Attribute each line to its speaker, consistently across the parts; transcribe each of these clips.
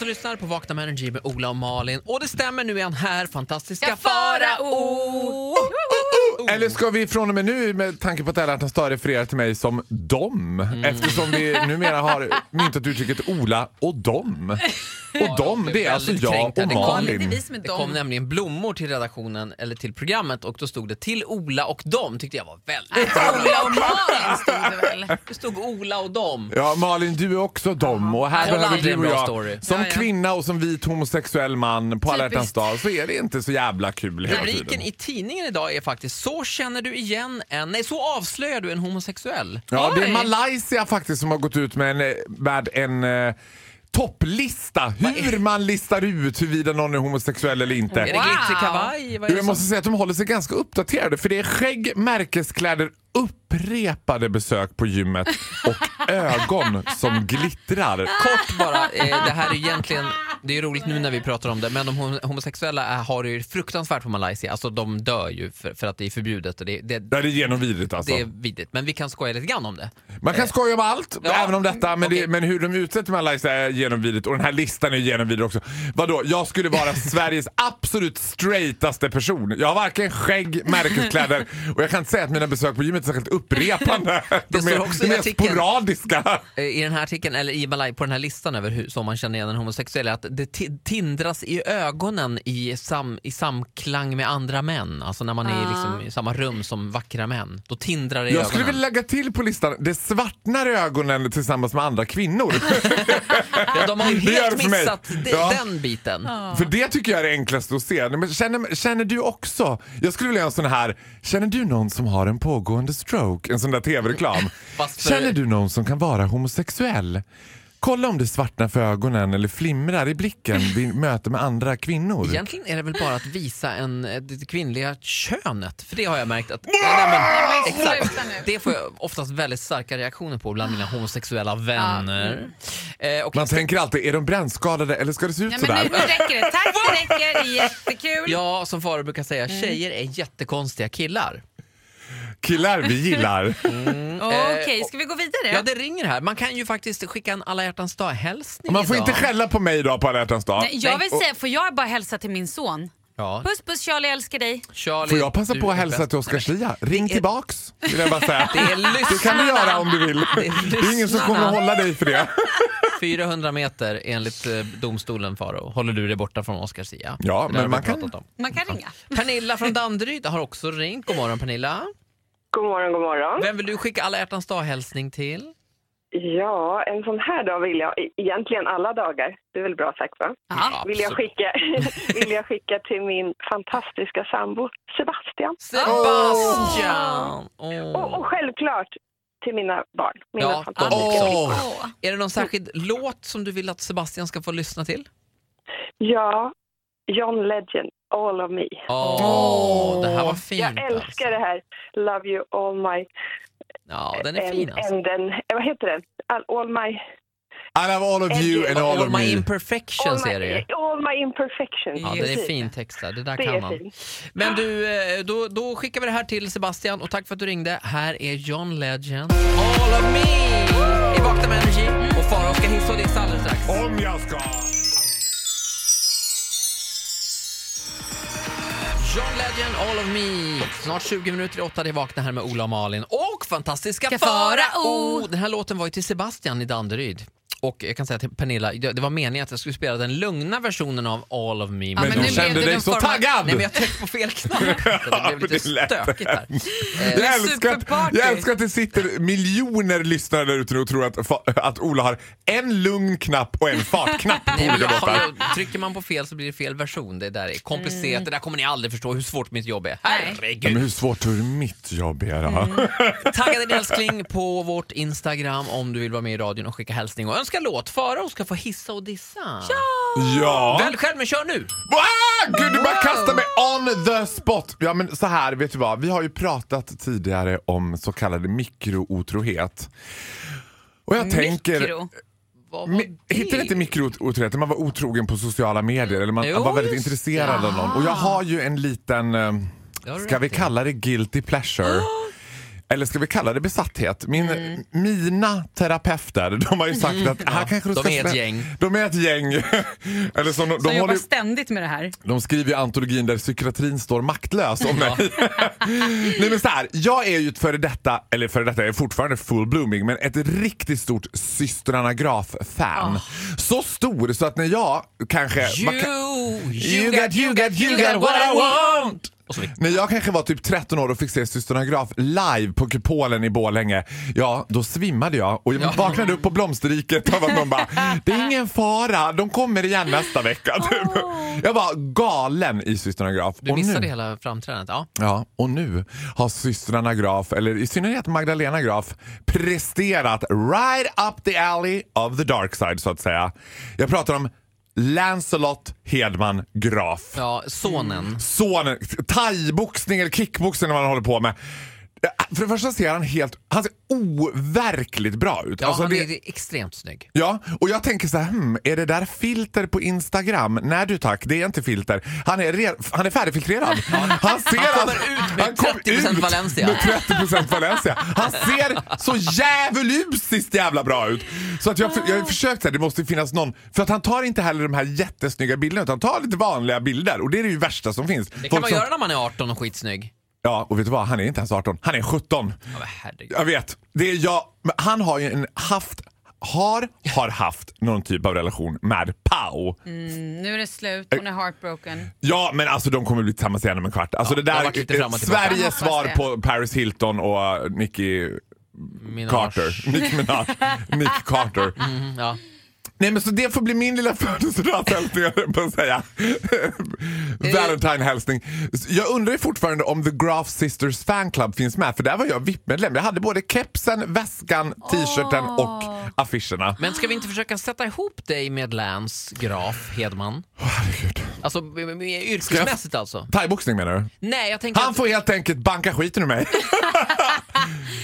Speaker 1: du lyssnar på Vakna med Energy med Ola och Malin. Och det stämmer, nu är han här, fantastiska
Speaker 2: Ska
Speaker 1: farao!
Speaker 2: farao!
Speaker 3: Eller ska vi från och med nu, med tanke på att alla hjärtans dag refererar till mig som dom,
Speaker 2: Mm.
Speaker 3: eftersom vi numera har myntat uttrycket Ola och dom. Och dom, det är alltså
Speaker 1: Väldigt
Speaker 3: jag
Speaker 1: kränkt här.
Speaker 3: och
Speaker 1: Det kom-
Speaker 2: Det är inte
Speaker 3: Malin.
Speaker 2: vi som är
Speaker 1: Det kom
Speaker 2: dom.
Speaker 1: nämligen blommor till redaktionen, eller till programmet, och då stod det till Ola och dem, tyckte jag var väldigt...
Speaker 2: Ola Äh, och Malin stod det väl?
Speaker 1: Det stod Ola och dem.
Speaker 3: Ja, Malin, du är också dom och här
Speaker 1: Kolla
Speaker 3: behöver
Speaker 1: aldrig
Speaker 3: du
Speaker 1: en
Speaker 3: och
Speaker 1: bra
Speaker 3: jag,
Speaker 1: story.
Speaker 3: som
Speaker 2: Ja, ja.
Speaker 3: kvinna och som vit homosexuell man på alla hjärtans
Speaker 2: Typiskt.
Speaker 3: dag, så är det inte så jävla kul hela
Speaker 1: Rubriken
Speaker 3: tiden.
Speaker 1: i tidningen idag är faktiskt “Så känner du igen en...” Nej, “Så avslöjar du en homosexuell”.
Speaker 3: Ja, det är
Speaker 2: Oj.
Speaker 3: Malaysia faktiskt som har gått ut med en, eh, med en eh, topplista. Hur man listar ut huruvida någon är homosexuell eller inte.
Speaker 1: Är det
Speaker 2: Wow.
Speaker 1: glitter kavaj? Vad är
Speaker 3: Jo,
Speaker 1: det
Speaker 3: Jag
Speaker 1: som-
Speaker 3: måste säga att de håller sig ganska uppdaterade för det är skägg, märkeskläder, upprepade besök på gymmet och ögon som glittrar.
Speaker 1: Kort bara, eh, det här är egentligen, det är roligt nu när vi pratar om det, men de homo- homosexuella är, har det ju fruktansvärt på Malaysia. Alltså de dör ju för, för att det är förbjudet och det, det,
Speaker 3: Det här är genomvidrigt alltså.
Speaker 1: det är vidrigt. Men vi kan skoja lite grann om det.
Speaker 3: Man kan skoja om allt,
Speaker 1: ja,
Speaker 3: även om detta, men,
Speaker 1: okej.
Speaker 3: det, men hur de utsätter Malaysia är genomvidrigt och den här listan är genomvidrig också. Vadå, jag skulle vara Sveriges absolut straightaste person. Jag har varken skägg, märkeskläder och jag kan inte säga att mina besök på gymmet är särskilt upprepande. De
Speaker 1: står
Speaker 3: är,
Speaker 1: också i
Speaker 3: de är
Speaker 1: artikeln.
Speaker 3: sporadiska.
Speaker 1: Eh, I den här artikeln, eller i Malay, på den här listan över hur som man känner igen en homosexuell, är att det ti- tindras i ögonen i, sam, i samklang med andra män. Alltså när man är i liksom, i samma rum som vackra män. Då tindrar det i
Speaker 3: Jag skulle
Speaker 1: ögonen.
Speaker 3: vilja lägga till på listan, det svartnar i ögonen tillsammans med andra kvinnor.
Speaker 1: Ja, de har ju
Speaker 3: Det gör
Speaker 1: helt
Speaker 3: det för mig.
Speaker 1: missat de,
Speaker 3: Ja.
Speaker 1: den biten.
Speaker 3: För det tycker jag är det enklaste att se. Nej, Men känner, känner du också, jag skulle vilja göra en sån här, känner du någon som har en pågående stroke? En sån där tv-reklam.
Speaker 1: Fast för-
Speaker 3: Känner du någon som kan vara homosexuell? Kolla om det svartnar för ögonen eller flimrar i blicken vid möte med andra kvinnor.
Speaker 1: Egentligen är det väl bara att visa en, eh, det kvinnliga könet, för det har jag märkt att... Nej, nej, men, exakt.
Speaker 2: Sluta nu.
Speaker 1: Det får jag oftast väldigt starka reaktioner på bland mina homosexuella vänner. Eh, och
Speaker 3: Man tänker alltid, är de brännskadade eller ska det se ut
Speaker 2: Ja, men nu
Speaker 3: sådär?
Speaker 2: nu räcker det. Tack, det räcker. Jättekul.
Speaker 1: jag som Farao brukar säga,
Speaker 3: Mm.
Speaker 1: tjejer är jättekonstiga killar.
Speaker 3: Killar, vi gillar.
Speaker 2: Okej, ska vi gå vidare?
Speaker 1: eh, Ja, det ringer här. Man kan ju faktiskt skicka en alla hjärtans dag-hälsning
Speaker 3: Man får
Speaker 1: idag.
Speaker 3: inte skälla på mig idag på alla hjärtans dag.
Speaker 2: Nej, jag vill säga, får jag bara hälsa till min son?
Speaker 1: Ja.
Speaker 2: Puss puss Charlie, jag älskar dig.
Speaker 1: Charlie,
Speaker 3: Får jag passa
Speaker 1: du
Speaker 3: på att
Speaker 1: är
Speaker 3: hälsa
Speaker 1: bäst.
Speaker 3: till Oskar Schia? Ring tillbaks, vill jag bara säga.
Speaker 1: Det är lyssnarna.
Speaker 3: Det kan du göra om du vill.
Speaker 1: är
Speaker 3: Det är ingen som
Speaker 1: lyssnarna.
Speaker 3: kommer att hålla dig för det.
Speaker 1: 400 meter enligt eh, domstolen Farao håller du dig borta från Oscar Sia.
Speaker 3: Ja,
Speaker 1: Det där
Speaker 3: men
Speaker 1: har vi
Speaker 3: man kan-
Speaker 1: pratat om.
Speaker 2: Man kan ringa.
Speaker 1: Pernilla från Danderyd har också ringt. God morgon Pernilla.
Speaker 4: God morgon, god morgon.
Speaker 1: Vem vill du skicka alla hjärtans dag-hälsning till?
Speaker 4: Ja, en sån här dag vill jag, e- egentligen alla dagar, det är väl bra sagt va?
Speaker 2: Ja.
Speaker 4: Vill jag,
Speaker 1: Absolut.
Speaker 4: skicka, vill jag skicka till min fantastiska sambo Sebastian.
Speaker 1: Sebastian!
Speaker 4: Och,
Speaker 1: Åh.
Speaker 4: och självklart till mina barn. Mina
Speaker 1: Ja,
Speaker 4: fantastiska
Speaker 1: åh.
Speaker 4: flickor.
Speaker 2: Åh.
Speaker 1: Är det någon särskild låt som du vill att Sebastian ska få lyssna till?
Speaker 4: Ja, John Legend, All of Me.
Speaker 1: Åh, det här var fint.
Speaker 4: Jag
Speaker 1: alltså.
Speaker 4: älskar det här Love You All My...
Speaker 1: Ja, den är
Speaker 4: and-
Speaker 1: fin alltså.
Speaker 4: and then- eh, vad heter den? All, all My...
Speaker 3: I love all of you and all
Speaker 1: All
Speaker 3: of
Speaker 1: my
Speaker 3: me.
Speaker 4: All
Speaker 1: imperfections är det ju.
Speaker 4: my, all my Imperfections.
Speaker 1: Ja, den är
Speaker 4: Precis.
Speaker 1: fin textad. Det där
Speaker 4: Det
Speaker 1: kan
Speaker 4: är
Speaker 1: man.
Speaker 4: fint.
Speaker 1: Men du, eh, då, då skickar vi det här till Sebastian och tack för att du ringde. Här är John Legend. All of me! I Vakna med Energy. Och Farao ska hissa och dissa alldeles strax.
Speaker 3: Om jag ska.
Speaker 1: John Legend, All of Me. Snart 20 minuter i åtta, det är Vakna här med Ola och Malin. Och fantastiska
Speaker 2: Ska
Speaker 1: Farao!
Speaker 2: Farao.
Speaker 1: Den här låten var ju till Sebastian i Danderyd. Och jag kan säga till Pernilla, det det var meningen att jag skulle spela den lugna versionen av All of Me.
Speaker 3: Men,
Speaker 2: men nu
Speaker 3: du
Speaker 2: blev det
Speaker 3: kände dig
Speaker 2: någon
Speaker 3: så
Speaker 2: form av-
Speaker 3: taggad.
Speaker 1: Nej men jag tryckte på fel knapp. Så det blev lite
Speaker 3: Det lät
Speaker 1: stökigt här. Eh,
Speaker 3: jag, älskar att,
Speaker 2: superparty.
Speaker 3: jag älskar att det sitter miljoner lyssnare där ute och tror att, fa- att Ola har en lugn knapp och en fartknapp på
Speaker 1: Nej, men
Speaker 3: olika
Speaker 1: jag,
Speaker 3: låtar.
Speaker 1: jag, trycker man på fel så blir det fel version. Det där är komplicerat. Det där kommer ni aldrig förstå hur svårt mitt jobb är.
Speaker 2: Mm. Nej.
Speaker 3: Ja,
Speaker 1: Herregud.
Speaker 3: Men hur svårt tror du mitt jobb är? då?
Speaker 1: Mm. Tagga din älskling på vårt Instagram om du vill vara med i radion och skicka hälsning och önska låt. Farao ska få hissa och dissa.
Speaker 3: Ja.
Speaker 1: Välj själv men kör nu!
Speaker 3: Ah, gud, du bara kastar mig on the spot! Ja, men så här, vet du vad? Vi har ju pratat tidigare om så kallad mikrootrohet. Och jag tänker...
Speaker 2: Mikro.
Speaker 1: Vad var
Speaker 3: Mi-
Speaker 1: det?
Speaker 3: Hittade inte mikrootrohet när man var otrogen på sociala medier eller man
Speaker 1: Jo,
Speaker 3: var väldigt
Speaker 1: just
Speaker 3: intresserad av någon. Och jag har ju en liten, eh,
Speaker 1: har du
Speaker 3: ska vi
Speaker 1: rätt i.
Speaker 3: kalla det guilty pleasure? eller ska vi kalla det besatthet? Min,
Speaker 1: Mm.
Speaker 3: Mina terapeuter, de har ju sagt att här kanske du
Speaker 1: De
Speaker 3: ska
Speaker 1: är ett
Speaker 3: slä-
Speaker 1: gäng.
Speaker 3: De är ett gäng. eller som de,
Speaker 2: Som
Speaker 3: de,
Speaker 2: jobbar
Speaker 3: håller,
Speaker 2: ständigt med det här.
Speaker 3: de skriver ju antologin där psykiatrin står maktlös om mig. Nej men så här, jag är ju ett före detta, eller före detta, jag är fortfarande full blooming, men ett riktigt stort systrarna Graf-fan.
Speaker 1: Ah.
Speaker 3: Så stor så att när jag kanske... man kan- You got, you got, you got what I want!
Speaker 1: Och så vidare.
Speaker 3: När jag kanske var typ 13 år och fick se Systrarna Graf live på Kupolen i Borlänge, ja då svimmade jag och jag
Speaker 1: Ja.
Speaker 3: vaknade upp på blomsterriket av att de bara “Det är ingen fara, de kommer igen nästa vecka”. Typ. Jag var galen i Systrarna Graf.
Speaker 1: Ah. Du
Speaker 3: Och
Speaker 1: missade
Speaker 3: nu-
Speaker 1: hela framträdandet. Ja.
Speaker 3: Ja, och nu har systrarna Graf, eller i synnerhet Magdalena Graf, presterat right up the alley of the dark side så att säga. Jag pratar om Lancelot Hedman Graf
Speaker 1: ja,
Speaker 3: Mm.
Speaker 1: sonen.
Speaker 3: sonen, thaiboxning eller kickboxning eller vad han håller på med. För det första ser han helt, han ser overkligt bra ut.
Speaker 1: Ja,
Speaker 3: Alltså
Speaker 1: han
Speaker 3: det-
Speaker 1: är extremt snygg.
Speaker 3: Ja, och jag tänker så här, hmm, är det där filter på Instagram? Nej du tack, det är inte filter. Han är, re- han är färdigfiltrerad. Han, ser
Speaker 1: Han kommer
Speaker 3: alltså-
Speaker 1: ut med
Speaker 3: han kom
Speaker 1: 30%
Speaker 3: ut
Speaker 1: Valencia.
Speaker 3: Med 30% Valencia. Han ser så djävulusiskt jävla bra ut. Så att jag, jag har försökt, så här, det måste finnas någon, för att han tar inte heller de här jättesnygga bilderna utan han tar lite vanliga bilder och det är det ju värsta som finns.
Speaker 1: Det kan
Speaker 3: Folk
Speaker 1: man
Speaker 3: som-
Speaker 1: göra när man är 18 och skitsnygg.
Speaker 3: Ja, och vet du vad? Han är inte ens 18, han är 17.
Speaker 1: Ja, men herregud.
Speaker 3: Jag vet. Det är jag. Men han har ju en haft, har, har haft någon typ av relation med Pau.
Speaker 2: Nu är det slut, hon är heartbroken.
Speaker 3: Ja, men alltså de kommer bli tillsammans igen om en kvart. Alltså det
Speaker 1: det
Speaker 3: där
Speaker 1: har varit lite fram och tillbaka.
Speaker 3: Sveriges
Speaker 2: Jag
Speaker 3: svar
Speaker 2: hoppas
Speaker 3: på Paris Hilton och Nicki
Speaker 1: Minaj.
Speaker 3: Carter. Nick Minaj. Nick Carter.
Speaker 1: Mm, ja.
Speaker 3: Nej men så det får bli min lilla födelsedagshälsning höll jag på att säga. Valentine-hälsning. Jag undrar ju fortfarande om The Graf Sisters fanclub finns med för där var jag VIP-medlem. Jag hade både kepsen, väskan, t-shirten och affischerna.
Speaker 1: Men ska vi inte försöka sätta ihop dig med Lance Graf Hedman?
Speaker 3: Åh, herregud.
Speaker 1: Alltså m- m- yrkesmässigt alltså?
Speaker 3: Thaiboxning menar du?
Speaker 1: Nej, jag tänker
Speaker 3: Han
Speaker 1: att
Speaker 3: får helt enkelt banka skiten ur mig.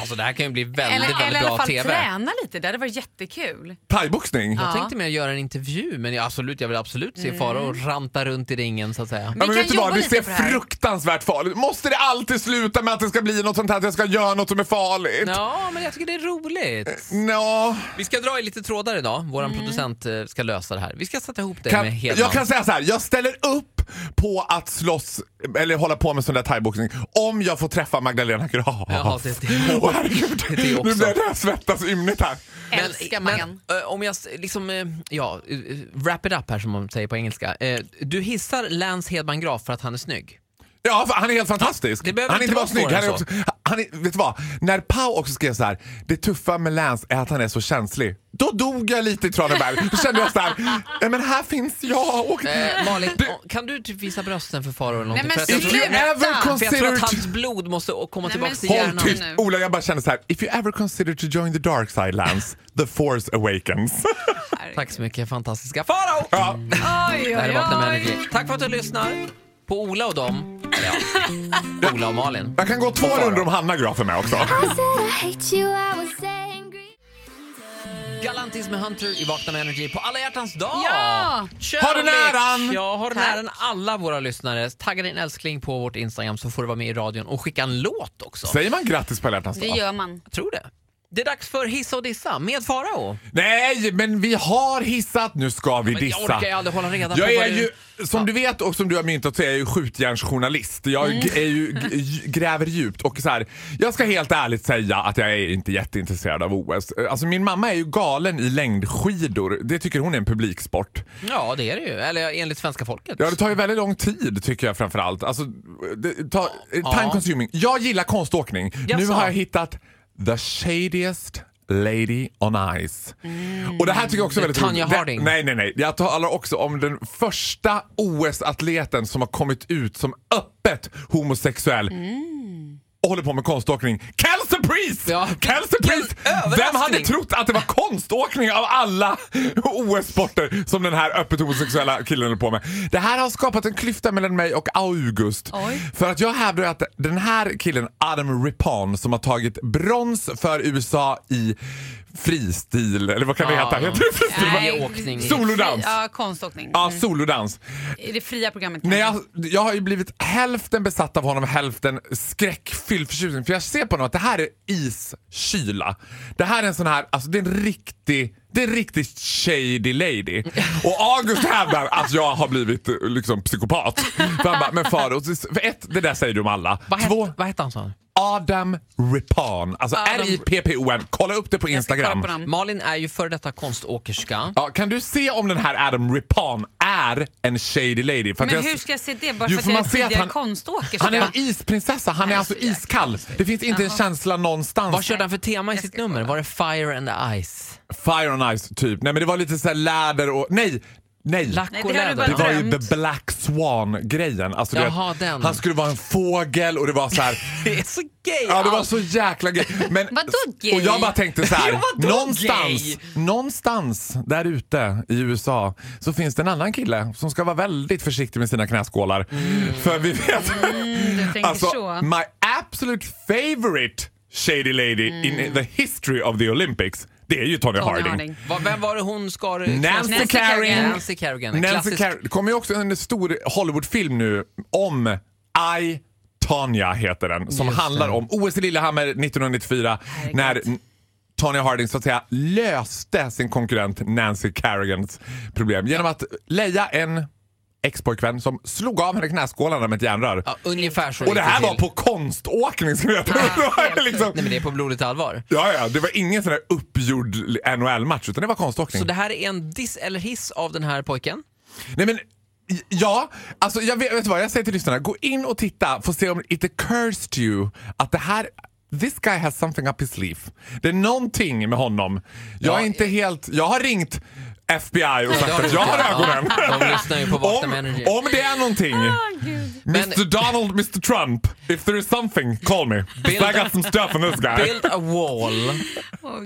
Speaker 1: alltså, det här kan ju bli väldigt,
Speaker 2: Eller,
Speaker 1: väldigt
Speaker 2: eller i alla
Speaker 1: bra
Speaker 2: fall
Speaker 1: TV.
Speaker 2: träna lite, det hade varit jättekul.
Speaker 3: Thaiboxning?
Speaker 1: Jag tänkte mer göra en intervju, men jag, absolut, jag vill absolut
Speaker 2: Mm.
Speaker 1: se Farao ranta runt i ringen så att säga.
Speaker 3: Ja,
Speaker 2: Vi
Speaker 3: men
Speaker 2: kan
Speaker 3: vet du
Speaker 2: jobba
Speaker 3: vad, det
Speaker 2: lite
Speaker 3: ser
Speaker 2: på det här.
Speaker 3: fruktansvärt farligt Måste det alltid sluta med att det ska bli något sånt här att jag ska göra något som är farligt?
Speaker 1: Ja, men jag tycker det är roligt.
Speaker 3: Nå.
Speaker 1: Vi ska dra i lite trådar idag. Vår
Speaker 2: Mm.
Speaker 1: producent eh, ska lösa det här. Vi ska sätta ihop det med
Speaker 3: kan,
Speaker 1: Hedman.
Speaker 3: jag kan säga så här, jag ställer upp på att slåss eller hålla på med sån där thaiboxning om jag får träfång Magdalena Graf.
Speaker 1: Jaha, det- det-
Speaker 3: Åh, herregud.
Speaker 1: det- det också.
Speaker 3: Nu blir jag svettas ymnigt här.
Speaker 2: Älskar Maggan.
Speaker 1: eh, om jag s- liksom, eh, ja, eh, wrap it up här som man säger på engelska. Eh, du hissar Lance Hedman Graf för att han är snygg.
Speaker 3: Ja, för han är helt fantastisk.
Speaker 1: Det behöver
Speaker 3: han är
Speaker 1: inte
Speaker 3: inte bara
Speaker 1: vara svårare
Speaker 3: snygg. Han är
Speaker 1: än
Speaker 3: också, han är, vet du vad? När Pau också skrev så här, det tuffa med Lance är att han är så känslig. Då dog jag lite i Traneberg. Då kände jag så här, "Ja, men här finns jag. Och,
Speaker 1: Eh, Malin, o- kan du typ visa brösten för Farao eller någonting?
Speaker 2: men
Speaker 1: för, att jag
Speaker 3: If you
Speaker 1: tror,
Speaker 2: sluta!
Speaker 3: ever
Speaker 1: för jag tror
Speaker 3: consider
Speaker 1: att
Speaker 3: to-
Speaker 1: hans blod måste å- komma
Speaker 2: Nej,
Speaker 1: tillbaka
Speaker 2: men
Speaker 1: till
Speaker 2: sluta.
Speaker 3: Håll
Speaker 1: hjärnan.
Speaker 3: tyst!
Speaker 2: nu.
Speaker 3: Ola, jag bara känner så här. If you ever consider to join the dark side, Lance, the force awakens.
Speaker 1: Tack så mycket fantastiska Farao!
Speaker 3: ja.
Speaker 2: Oj,
Speaker 1: Det här är
Speaker 2: oj,
Speaker 1: Vakna med
Speaker 2: oj.
Speaker 1: Energy. Tack för att du lyssnar på Ola och dem. Ja. Ola och Malin.
Speaker 3: Jag kan gå två runder om Hanna Graf är med också.
Speaker 5: I said I hate you, I was angry.
Speaker 1: Galantis med Hunter i Vakna med Energy på alla hjärtans dag.
Speaker 2: Ja!
Speaker 1: Kärlek.
Speaker 3: Har du näran?
Speaker 1: Ja, har du
Speaker 2: Tack.
Speaker 1: näran alla våra lyssnare. Tagga din älskling på vårt Instagram så får du vara med i radion och skicka en låt också.
Speaker 3: Säger man grattis på alla hjärtans
Speaker 2: Det
Speaker 3: dag?
Speaker 2: gör man.
Speaker 1: Jag tror det. Det är dags för hissa och dissa med Farao.
Speaker 3: Nej, men vi har hissat. Nu ska vi
Speaker 1: Men jag orkar
Speaker 3: dissa.
Speaker 1: ju aldrig hålla reda
Speaker 3: Jag
Speaker 1: på vad
Speaker 3: är
Speaker 1: du-
Speaker 3: ju, som du vet och som du har myntat så är jag ju skjutjärnsjournalist. Jag
Speaker 1: Mm.
Speaker 3: är ju, g- gräver djupt och så här, jag ska helt ärligt säga att jag är inte jätteintresserad av OS. Alltså min mamma är ju galen i längdskidor. Det tycker hon är en publiksport.
Speaker 1: Ja, det är det ju. Eller enligt svenska folket.
Speaker 3: Ja, det tar ju väldigt lång tid tycker jag framförallt. Alltså, det tar, eh, time consuming. Jag gillar konståkning. Nu
Speaker 1: Jaså?
Speaker 3: har jag hittat the shadiest lady on ice. Och det här tycker jag också är
Speaker 1: Det är
Speaker 3: väldigt
Speaker 1: Tanya
Speaker 3: Det-
Speaker 1: Mm. Harding.
Speaker 3: Nej, nej, nej. Jag talar också om den första OS-atleten som har kommit ut som öppet homosexuell. Och håller på med konståkning. Kelsey Priest!
Speaker 1: Mm. Ja.
Speaker 3: Kelsey Priest!
Speaker 1: överraskning!
Speaker 3: Vem hade trott att det var konståkning av alla OS-sporter som den här öppet homosexuella killen höll på med? Det här har skapat en klyfta mellan mig och August.
Speaker 2: Oj.
Speaker 3: För att jag hävdar att den här killen, Adam Rippon, som har tagit brons för USA i fristil, eller vad kan det
Speaker 1: Ja.
Speaker 3: heta? Heter det fristil?
Speaker 1: Nej.
Speaker 3: Va?
Speaker 1: åkning.
Speaker 3: Solodans.
Speaker 2: Ja, konståkning.
Speaker 3: Ja, solodans.
Speaker 2: I det fria programmet.
Speaker 3: Nej, jag, jag har ju blivit hälften besatt av honom, hälften skräckfylld fylld förtjusning för jag ser på något. Det här är iskyla. Det här är en sån här, alltså det är en riktig det är en riktig shady lady. Och August hävdar att jag har blivit eh, liksom psykopat. För han bara, men Faro, för ett, det där säger du om alla.
Speaker 1: Vad
Speaker 3: Två,
Speaker 1: hette, vad hette han sa?
Speaker 3: Adam Rippon. Alltså
Speaker 2: Adam-
Speaker 3: R-I-P-P-O-N. Kolla upp det på
Speaker 2: Jag ska kolla
Speaker 3: Instagram.
Speaker 2: på namn.
Speaker 1: Malin är ju före detta konståkerska.
Speaker 3: Mm. Ja, kan du se om den här Adam Rippon är en shady lady? För att
Speaker 2: Men
Speaker 3: jag-
Speaker 2: hur ska jag se det? Bara för
Speaker 3: Jo,
Speaker 2: att
Speaker 3: för
Speaker 2: jag
Speaker 3: man
Speaker 2: är
Speaker 3: ser att
Speaker 2: tidigare
Speaker 3: han-
Speaker 2: konståkerska?
Speaker 3: Han är en isprinsessa, han är alltså iskall. Det finns inte en känsla någonstans.
Speaker 1: Vad körde han för tema i
Speaker 2: Jag
Speaker 1: sitt
Speaker 2: ska
Speaker 1: nummer? Var det Fire and Ice?
Speaker 3: Fire on Ice typ. Nej men det var lite såhär läder och... Nej! Nej!
Speaker 1: Lack
Speaker 2: Nej,
Speaker 1: och
Speaker 2: det här är
Speaker 1: läder?
Speaker 3: Det var ju
Speaker 2: Drömt.
Speaker 3: the black swan-grejen. Alltså, du
Speaker 1: Jaha,
Speaker 3: vet,
Speaker 1: den.
Speaker 3: Han skulle vara en fågel och det var så här.
Speaker 1: Det är så gay!
Speaker 3: Ja, det var så jäkla gay. Men,
Speaker 2: Vadå gay?
Speaker 3: Och jag bara tänkte så
Speaker 1: Ja,
Speaker 3: här.
Speaker 1: vadå
Speaker 3: någonstans,
Speaker 1: gay?
Speaker 3: någonstans där ute i USA så finns det en annan kille som ska vara väldigt försiktig med sina knäskålar.
Speaker 1: Mm.
Speaker 3: För vi vet...
Speaker 2: Du tänker
Speaker 3: alltså,
Speaker 2: så.
Speaker 3: my absolute favorite shady lady
Speaker 1: Mm.
Speaker 3: in the history of the Olympics, det är ju Tony,
Speaker 2: Tony
Speaker 3: Harding.
Speaker 2: Harding.
Speaker 1: Va- Vem var det hon skar...
Speaker 3: Nancy,
Speaker 2: Nancy
Speaker 3: Kerrigan.
Speaker 2: Kerrigan.
Speaker 1: Nancy Kerrigan. en
Speaker 3: Nancy
Speaker 1: klassisk-
Speaker 3: Kerr- Det kommer ju också en stor Hollywoodfilm nu om I, Tanya heter den. Som
Speaker 1: Just det.
Speaker 3: handlar om OS i Lillehammer 1994 när n- Tanya Harding så att säga löste sin konkurrent Nancy Kerrigans problem genom att leja en expojkvän som slog av henne knäskålarna med ett järnrör.
Speaker 1: Ja, ungefär så
Speaker 3: Och det
Speaker 1: gick
Speaker 3: här
Speaker 1: till.
Speaker 3: var på konståkning ska vi veta.
Speaker 2: helt
Speaker 3: liksom,
Speaker 1: Nej men det är på blodigt allvar.
Speaker 3: ja, ja, det var ingen sån där uppgjord NHL-match utan det var konståkning.
Speaker 1: Så det här är en diss eller hiss av den här pojken?
Speaker 3: Nej men, j- ja. Alltså jag vet, vet du vad, jag säger till lyssnarna. Gå in och titta, få se om it occurs to you att det här This guy has something up his sleeve. Det är någonting med honom. Jag
Speaker 1: Ja, eh.
Speaker 3: är inte helt... Jag har ringt FBI och
Speaker 1: det
Speaker 3: sagt
Speaker 1: har
Speaker 3: att
Speaker 1: du
Speaker 3: jag har
Speaker 1: inte. Ja,
Speaker 3: ögonen.
Speaker 1: de lyssnar ju på Vakna
Speaker 3: om,
Speaker 1: med Energy.
Speaker 3: om det är någonting. Mr Donald, Mr Trump. If there is something, call me. 'Cause I got some stuff on this guy.
Speaker 1: Build a wall.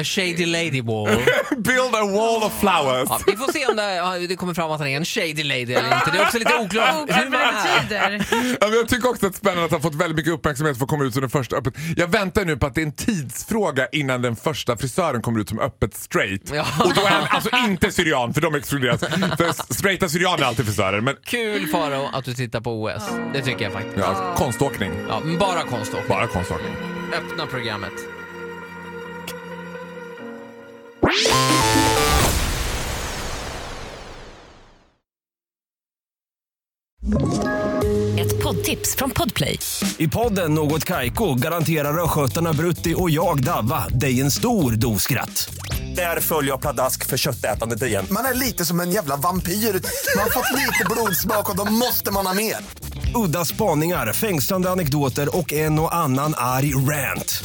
Speaker 1: A shady lady wall.
Speaker 3: Build a wall of flowers.
Speaker 1: Ja, vi får se om det, ja, det kommer fram att han är en shady lady eller inte. Det är också lite oklart
Speaker 2: Oklart
Speaker 1: hur man
Speaker 2: vad det
Speaker 1: är.
Speaker 2: betyder.
Speaker 3: Ja, men jag tycker också att det är spännande att han fått väldigt mycket uppmärksamhet för att komma ut som den första öppet. Jag väntar nu på att det är en tidsfråga innan den första frisören kommer ut som öppet straight.
Speaker 1: Ja.
Speaker 3: Och då är han alltså inte syrian för de exkluderas. För straighta syrianer är alltid frisörer. Men
Speaker 1: Kul Faro att du tittar på OS. Det tycker jag faktiskt.
Speaker 3: ja, alltså konståkning.
Speaker 1: Ja, men bara konst och
Speaker 3: Bara konståkning.
Speaker 1: Öppna programmet.
Speaker 6: Ett poddtips från Podplay.
Speaker 7: I podden Något Kaiko garanterar östgötarna Brutti och jag, Davva, dig en stor dos skratt. Där följer jag pladask för köttätandet igen.
Speaker 8: Man är lite som en jävla vampyr. Man har fått lite blodsmak och då måste man ha mer.
Speaker 7: Udda spaningar, fängslande anekdoter och en och annan arg rant.